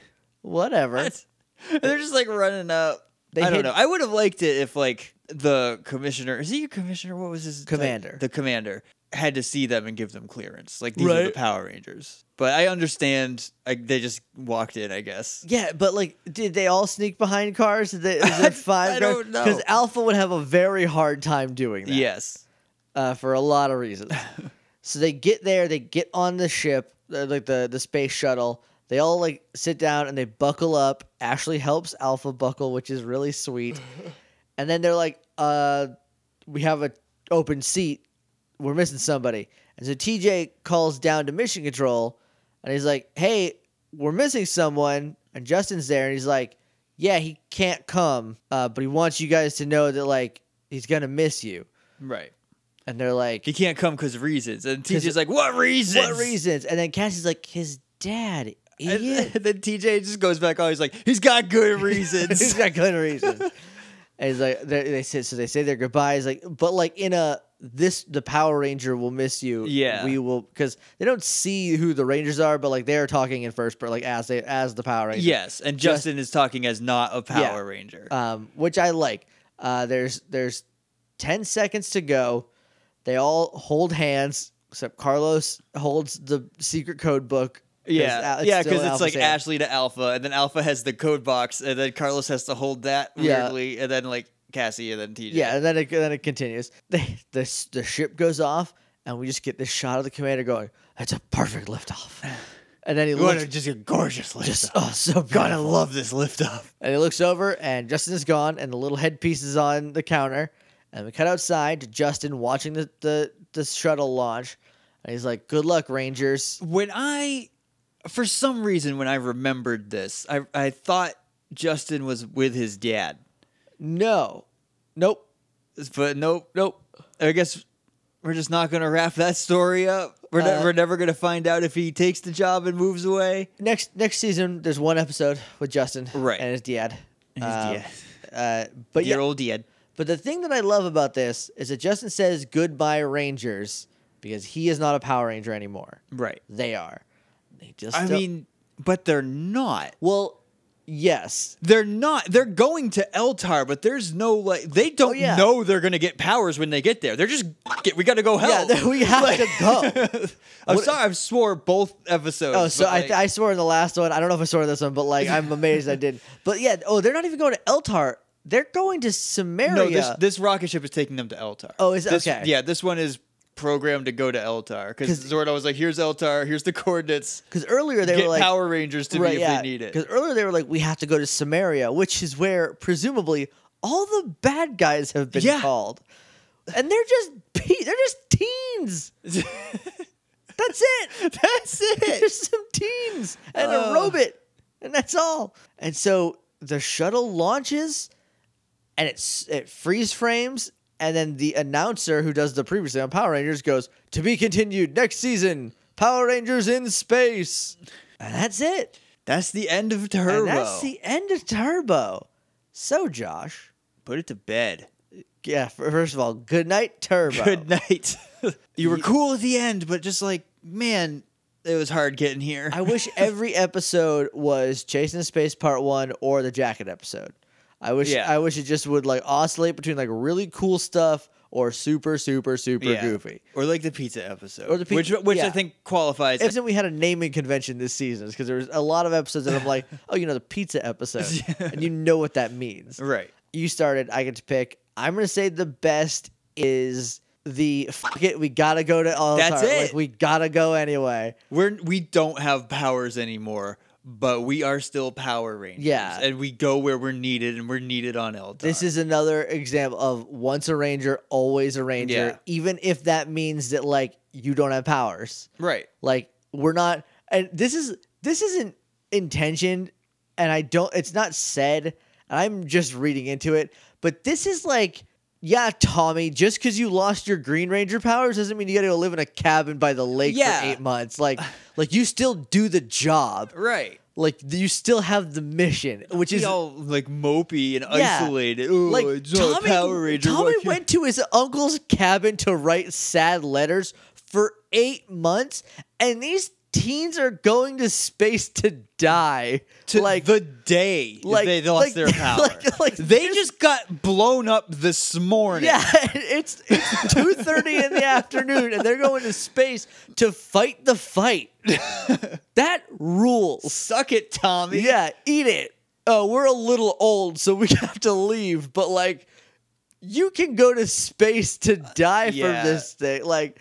B: Whatever.
C: That's- they're just like running up.
B: They
C: I don't
B: hid-
C: know. I would have liked it if like the commissioner is he a commissioner? What was his
B: Commander.
C: The commander had to see them and give them clearance. Like these are the
B: Right.
C: Power Rangers. But I understand. I, they just walked in. I guess.
B: Yeah, but like, did they all sneak behind cars? Did they, is it five?
C: I don't know.
B: Because Alpha would have a very hard time doing that.
C: Yes.
B: uh, for a lot of reasons. so they get there, they get on the ship, uh, like the the space shuttle. They all like sit down and they buckle up. Ashley helps Alpha buckle, which is really sweet. and then they're like, "Uh, we have a open seat. We're missing somebody." And so TJ calls down to mission control, and he's like, "Hey, we're missing someone." And Justin's there, and he's like, "Yeah, he can't come, uh, but he wants you guys to know that like he's gonna miss you."
C: Right.
B: And they're like,
C: He can't come because reasons. And
B: 'Cause-
C: TJ's like, what reasons?
B: What reasons? And then Cassie's like, his dad,
C: And,
B: idiot.
C: and then TJ just goes back on. He's like, he's got good
B: He's
C: reasons.
B: got good reasons. and he's like, they they say, so they say their goodbyes, like, but like in a this, the Power Ranger will miss you.
C: Yeah.
B: we will because they don't see who the Rangers are, but like they are talking in first, but like as they as the Power Rangers.
C: yes. And
B: Just-
C: Justin is talking as not a Power
B: Yeah.
C: Ranger.
B: um, which I like. Uh, there's there's ten seconds to go. They all hold hands, except Carlos holds the secret code book. 'cause
C: Yeah,
B: Al-
C: yeah,
B: still
C: because it's
B: Alpha's
C: like
B: hand.
C: Ashley to Alpha, and then Alpha has the code box, and then Carlos has to hold that
B: Yeah.
C: weirdly, and then like Cassie, and then TJ.
B: Yeah, and then it then it continues. They, the the ship goes off, and we just get this shot of the commander going, "That's a perfect liftoff." And then he
C: what
B: looks
C: a, just a gorgeous lift.
B: just
C: up.
B: oh so
C: Gotta
B: beautiful.
C: love this lift up.
B: And he looks over, and Justin is gone, and the little headpiece is on the counter. And we cut outside to Justin watching the the, the shuttle launch, and he's like, "Good luck, Rangers."
C: When I, for some reason, when I remembered this, I I thought Justin was with his dad,
B: No, nope,
C: but nope, nope. I guess we're just not gonna wrap that story up. We're, ne-
B: Uh,
C: we're never gonna find out if he takes the job and moves away.
B: next next season there's one episode with Justin
C: Right.
B: and his dad.
C: And his
B: Um,
C: dad.
B: Uh, but yeah,
C: Dear old dad.
B: But the thing that I love about this is that Justin says goodbye Rangers because he is not a Power Ranger anymore.
C: Right.
B: They are. They just
C: I
B: don't-
C: mean, but they're not.
B: well, yes.
C: They're not. They're going to Eltar, but there's no like. They don't
B: Oh, yeah.
C: know they're gonna get powers when they get there. They're just "F- it, we gotta go help.
B: Yeah, we have
C: Like-
B: to go.
C: I'm
B: What-
C: sorry. I've swore both episodes.
B: Oh, so
C: but,
B: I,
C: like,
B: I swore in the last one. I don't know if I swore in this one, but like I'm amazed I did. But yeah, oh, they're not even going to Eltar. They're going to Samaria.
C: no. This this rocket ship is taking them to Eltar.
B: Oh, is it?
C: this,
B: Okay.
C: Yeah, this one is programmed to go to Eltar
B: 'Cause-
C: because Zordo was like, "Here's Eltar. Here's the coordinates.
B: because earlier they
C: get
B: were like
C: Power Rangers to me if they need it."
B: Because earlier they were like, we have to go to Samaria, which is where presumably all the bad guys have been
C: Yeah.
B: called, and they're just pe- they're just teens. That's it. that's it. There's some teens and a
C: Ugh.
B: robot, and that's all. And so the shuttle launches, and it's it freeze frames. And then the announcer who does the previously on Power Rangers goes, to be continued next season, Power Rangers in Space. And that's it.
C: That's the end of Turbo.
B: And that's the end of Turbo. So, Josh,
C: Put it to bed.
B: yeah, f- first of all, good night, Turbo.
C: Good night. you were
B: Ye-
C: cool at the end, but just like, man, it was hard getting here.
B: I wish every episode was Chasing Space Part 1 or the Jacket episode. I wish
C: Yeah.
B: I wish it just would like oscillate between like really cool stuff or super super super
C: Yeah.
B: goofy.
C: Or like the pizza episode,
B: Or the pi-
C: which which I
B: yeah.
C: think qualifies.
B: If then we had a naming convention this season because there was a lot of episodes that I'm like, oh, you know, the pizza episode, and you know what that means.
C: right.
B: You started. I get to pick. I'm gonna say the best is the fuck it. We gotta go to all.
C: That's
B: Star.
C: it.
B: Like, we gotta go anyway.
C: We're we don't have powers anymore, but we are still Power Rangers.
B: Yeah.
C: and we go where we're needed, and we're needed on Eldar.
B: This is another example of once a ranger, always a ranger.
C: Yeah.
B: Even if that means that like you don't have powers.
C: right.
B: Like we're not and this is this isn't intentioned and I don't it's not said and I'm just reading into it, but this is like yeah, Tommy, just because you lost your Green Ranger powers doesn't mean you gotta go live in a cabin by the lake
C: Yeah.
B: for eight months. Like like you still do the job.
C: Right.
B: Like you still have the mission, which
C: Which is
B: is
C: all like mopey and
B: Yeah.
C: isolated. Oh,
B: like
C: it's all
B: Tommy,
C: Power Ranger. why
B: Tommy
C: can't-
B: went to his uncle's cabin to write sad letters for eight months, and these teens are going to space to die.
C: to
B: like
C: the day
B: like-
C: they lost
B: like-
C: their power.
B: like- like
C: they
B: this-
C: just got blown up this morning.
B: yeah, it's it's two thirty in the afternoon, and they're going to space to fight the fight. that rules.
C: Suck it, Tommy.
B: Yeah, eat it. Oh, we're a little old, so we have to leave. But like, you can go to space to die
C: yeah.
B: from this thing. Like,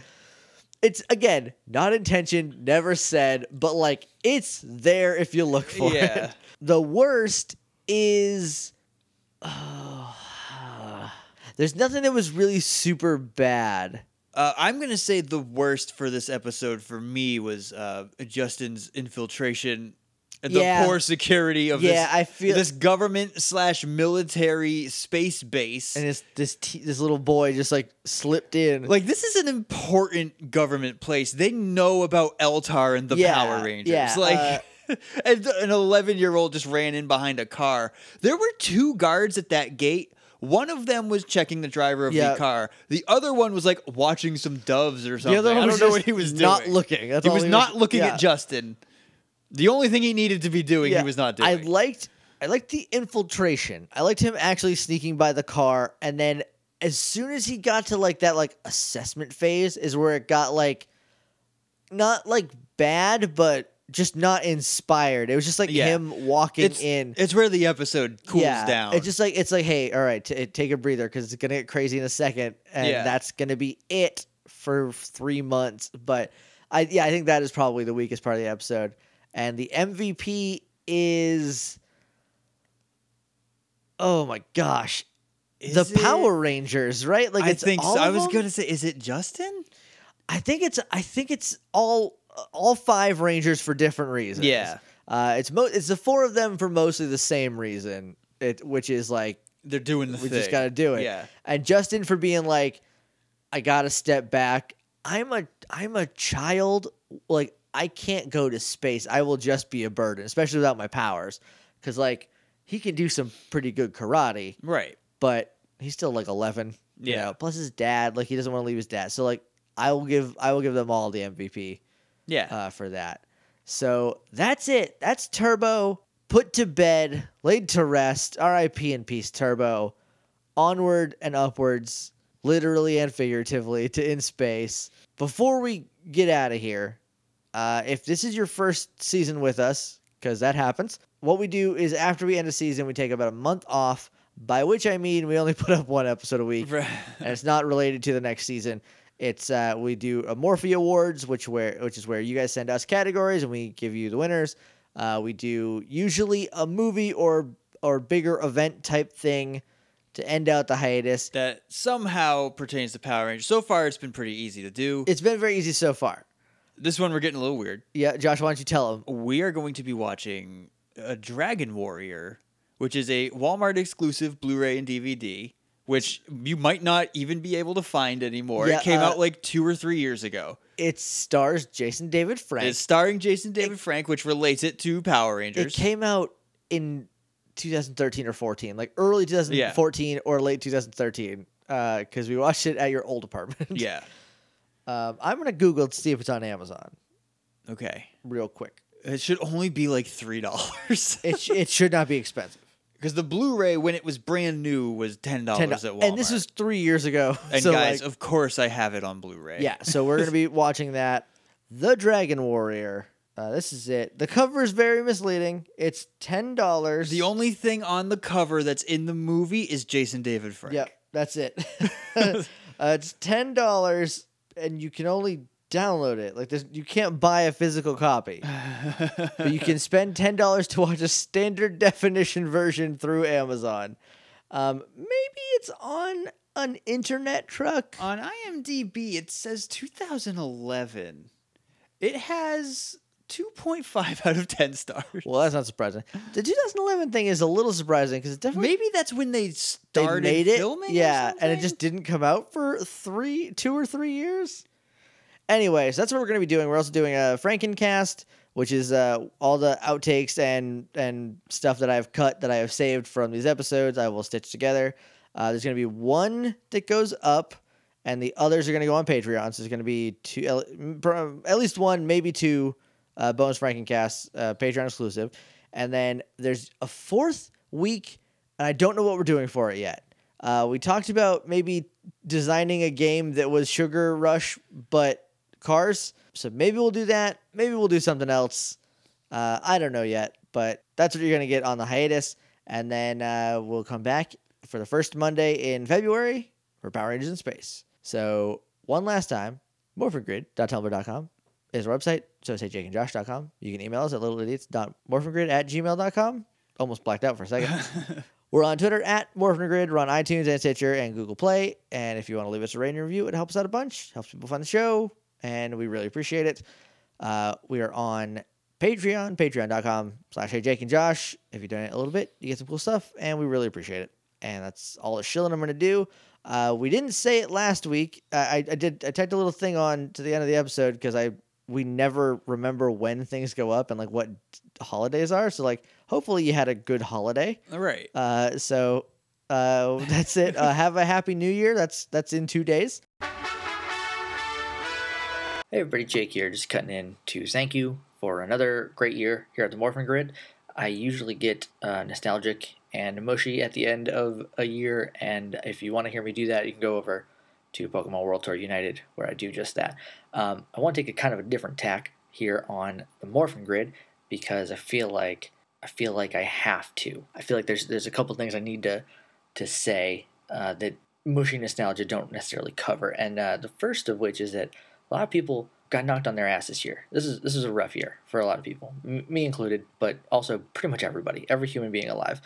B: it's again not intention, never said, but like, it's there if you look for
C: Yeah.
B: it. The worst is. uh, there's nothing that was really super bad.
C: Uh, I'm gonna say the worst for this episode for me was uh, Justin's infiltration, and the
B: Yeah.
C: poor security of
B: Yeah,
C: this,
B: I feel-
C: this government slash military space base.
B: And this this te- this little boy just like slipped in.
C: like this is an important government place. They know about Eltar and the
B: Yeah,
C: Power Rangers.
B: yeah,
C: like.
B: uh,
C: and an 11 year old just ran in behind a car. There were two guards at that gate. One of them was checking the driver of
B: Yeah.
C: the car. The other one was like watching some doves or something. I
B: one
C: don't know
B: just
C: what he was
B: not
C: doing.
B: looking. That's
C: he
B: all
C: was not looking
B: yeah.
C: at Justin. The only thing he needed to be doing, he was not doing.
B: I liked I liked the infiltration. I liked him actually sneaking by the car and then as soon as he got to like that like assessment phase is where it got like not like bad but just not inspired. It was just like
C: Yeah.
B: him walking
C: it's,
B: in
C: it's where the episode cools
B: yeah,
C: down.
B: It's just like it's like hey, all right, t- eh, take a breather cuz it's going to get crazy in a second and
C: Yeah.
B: that's going to be it for 3 months, but I yeah, I think that is probably the weakest part of the episode. And the MVP is Oh my gosh. the
C: Is it-
B: Power Rangers, right? Like
C: I
B: it's
C: think so.
B: all
C: I
B: of
C: was
B: them?
C: gonna say, is it Justin?
B: I think it's I think it's all all five Rangers for different reasons.
C: Yeah.
B: Uh, it's mo- it's the four of them for mostly the same reason. It which is like
C: They're doing the
B: we
C: thing.
B: just got to do it.
C: Yeah.
B: And Justin for being like, I got to step back. I'm a I'm a child. Like I can't go to space. I will just be a burden, especially without my powers. Because like he can do some pretty good karate,
C: Right.
B: but he's still like 11. you
C: Yeah.
B: know? Plus his dad, like he doesn't want to leave his dad. So like I will give I will give them all the MVP
C: Yeah.
B: uh, for that. So that's it. That's Turbo put to bed, laid to rest. R.I.P. in peace, Turbo. Onward and upwards, literally and figuratively, to in space. Before we get out of here, uh, if this is your first season with us, because that happens, what we do is after we end a season, we take about a month off. By which I mean we only put up one episode a week and it's not related to the next season. It's uh, we do a Morphe Awards, which where which is where you guys send us categories and we give you the winners. Uh, we do usually a movie or or bigger event type thing to end out the hiatus.
C: that somehow pertains to Power Rangers. So far, it's been pretty easy to do.
B: It's been very easy so far.
C: this one, we're getting a little weird.
B: Yeah, Josh, why don't you tell them?
C: We are going to be watching a Dragon Warrior, which is a Walmart exclusive Blu-ray and DVD, which you might not even be able to find anymore.
B: Yeah,
C: it came
B: uh,
C: out like two or three years ago.
B: It stars Jason David Frank.
C: It's starring Jason David Frank, which relates it to Power Rangers.
B: It came out in 2013 or 14, like early 2014 or late 2013, because uh, we watched it at your old apartment.
C: yeah.
B: Um, I'm gonna Google to see if it's on Amazon
C: Okay.
B: real quick.
C: It should only be like three dollars.
B: It sh- it should not be expensive.
C: Because the Blu-ray when it was brand new Oh, was
B: Ten-
C: ten dollars at Walmart.
B: and this was three years ago.
C: and
B: so
C: guys,
B: like,
C: of course I have it on Blu-ray.
B: yeah. So we're gonna be watching that. The Dragon Warrior. Uh, this is it. The cover is very misleading. It's ten dollars.
C: The only thing on the cover that's in the movie is Jason David Frank.
B: Yep, that's it. uh, it's ten dollars, and you can only download it. Like there's, you can't buy a physical copy, but you can spend ten dollars to watch a standard definition version through Amazon. Um, maybe it's on an internet truck.
C: on IMDb, it says 2011. It has 2.5 out of 10 stars.
B: Well, that's not surprising. The 2011 thing is a little surprising because it definitely
C: Maybe that's when they
B: they
C: started
B: made it.
C: filming. or
B: yeah, and it
C: something?
B: just didn't come out for three, two or three years. Anyway, so that's what we're gonna be doing. We're also doing a Frankencast, which is uh, all the outtakes and and stuff that I've cut that I have saved from these episodes. I will stitch together. Uh, there's gonna be one that goes up, and the others are gonna go on Patreon. So there's gonna be two, el- m- pro- at least one, maybe two, uh, bonus Frankencasts, uh, Patreon exclusive, and then there's a fourth week, and I don't know what we're doing for it yet. Uh, we talked about maybe designing a game that was Sugar Rush, but cars. So maybe we'll do that. Maybe we'll do something else. Uh, I don't know yet, but that's what you're going to get on the hiatus. And then uh, we'll come back for the first Monday in February for Power Rangers in Space. So, one last time, morphingrid.tumblr.com is our website. So, say jakeandjosh.com. You can email us at littleidiots.morphingrid at gmail.com. Almost blacked out for a second. We're on Twitter at Morphin Grid. We're on iTunes and Stitcher and Google Play. And if you want to leave us a rating and review, it helps out a bunch. Helps people find the show, and we really appreciate it. Uh, we are on Patreon, patreon.com slash Hey Jake and Josh. If you donate a little bit, you get some cool stuff, and we really appreciate it. And that's all the shilling I'm going to do. Uh, we didn't say it last week. I, I I did. I typed a little thing on to the end of the episode because I we never remember when things go up and like what holidays are. So like, hopefully you had a good holiday.
C: All right.
B: Uh, so uh, that's it. Uh, have a happy new year. That's that's in two days.
A: Hey everybody, Jake here, just cutting in to thank you for another great year here at the Morphin Grid. I usually get uh, nostalgic and mushy at the end of a year, and if you want to hear me do that, you can go over to Pokemon World Tour United, where I do just that. Um, I want to take a kind of a different tack here on the Morphin Grid because I feel like I feel like I have to. I feel like there's there's a couple things I need to to say uh, that mushy nostalgia don't necessarily cover, and uh, the first of which is that a lot of people got knocked on their ass this year. This is this is a rough year for a lot of people, m- me included, but also pretty much everybody, every human being alive,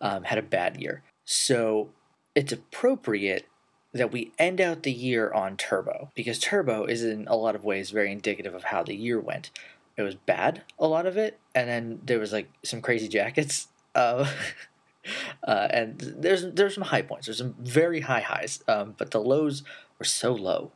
A: um, had a bad year. So it's appropriate that we end out the year on Turbo because Turbo is in a lot of ways very indicative of how the year went. It was bad, a lot of it, and then there was like some crazy jackets. Uh, Uh, and there's there's some high points. There's some very high highs, um, but the lows were so low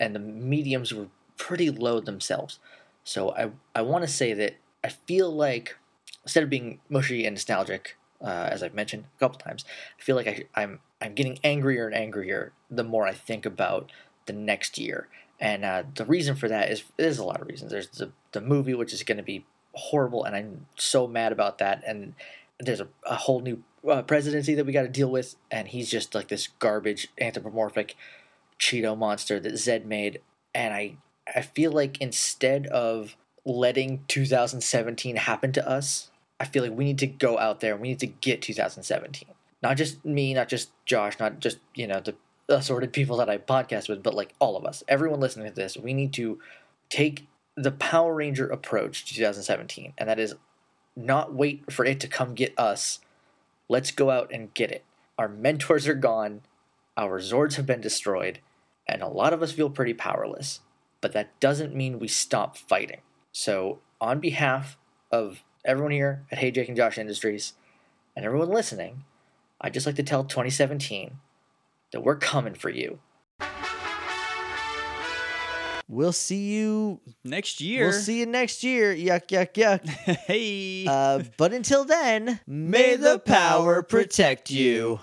A: and the mediums were pretty low themselves. So I I want to say that I feel like instead of being mushy and nostalgic, uh, as I've mentioned a couple times, I feel like I, I'm I'm getting angrier and angrier the more I think about the next year. And uh, the reason for that is there's a lot of reasons. There's the the movie which is going to be horrible, and I'm so mad about that. And there's a, a whole new uh, presidency that we got to deal with, and he's just like this garbage anthropomorphic Cheeto monster that Zed made, and I I feel like instead of letting 2017 happen to us, I feel like we need to go out there and we need to get 2017. Not just me, not just Josh, not just you know the assorted people that I podcast with, but like all of us, everyone listening to this, we need to take the Power Ranger approach to 2017, and that is not wait for it to come get us. Let's go out and get it. Our mentors are gone our Zords have been destroyed, and a lot of us feel pretty powerless. But that doesn't mean we stop fighting. So, on behalf of everyone here at Hey Jake and Josh Industries, and everyone listening, I'd just like to tell 2017 that we're coming for you.
B: We'll see you.
C: Next year.
B: We'll see you next year. Yuck, yuck, yuck.
C: hey.
B: Uh, but until then,
C: May the power protect you.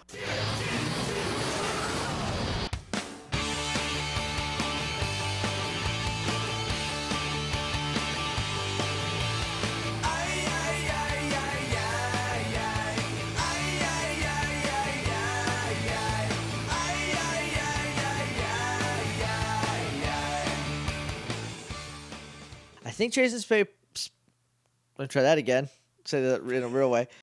D: Ay, ay, ay, ay, ay, ay, ay,
B: I think Jason Spade. Let me try that again. Say that in a real way.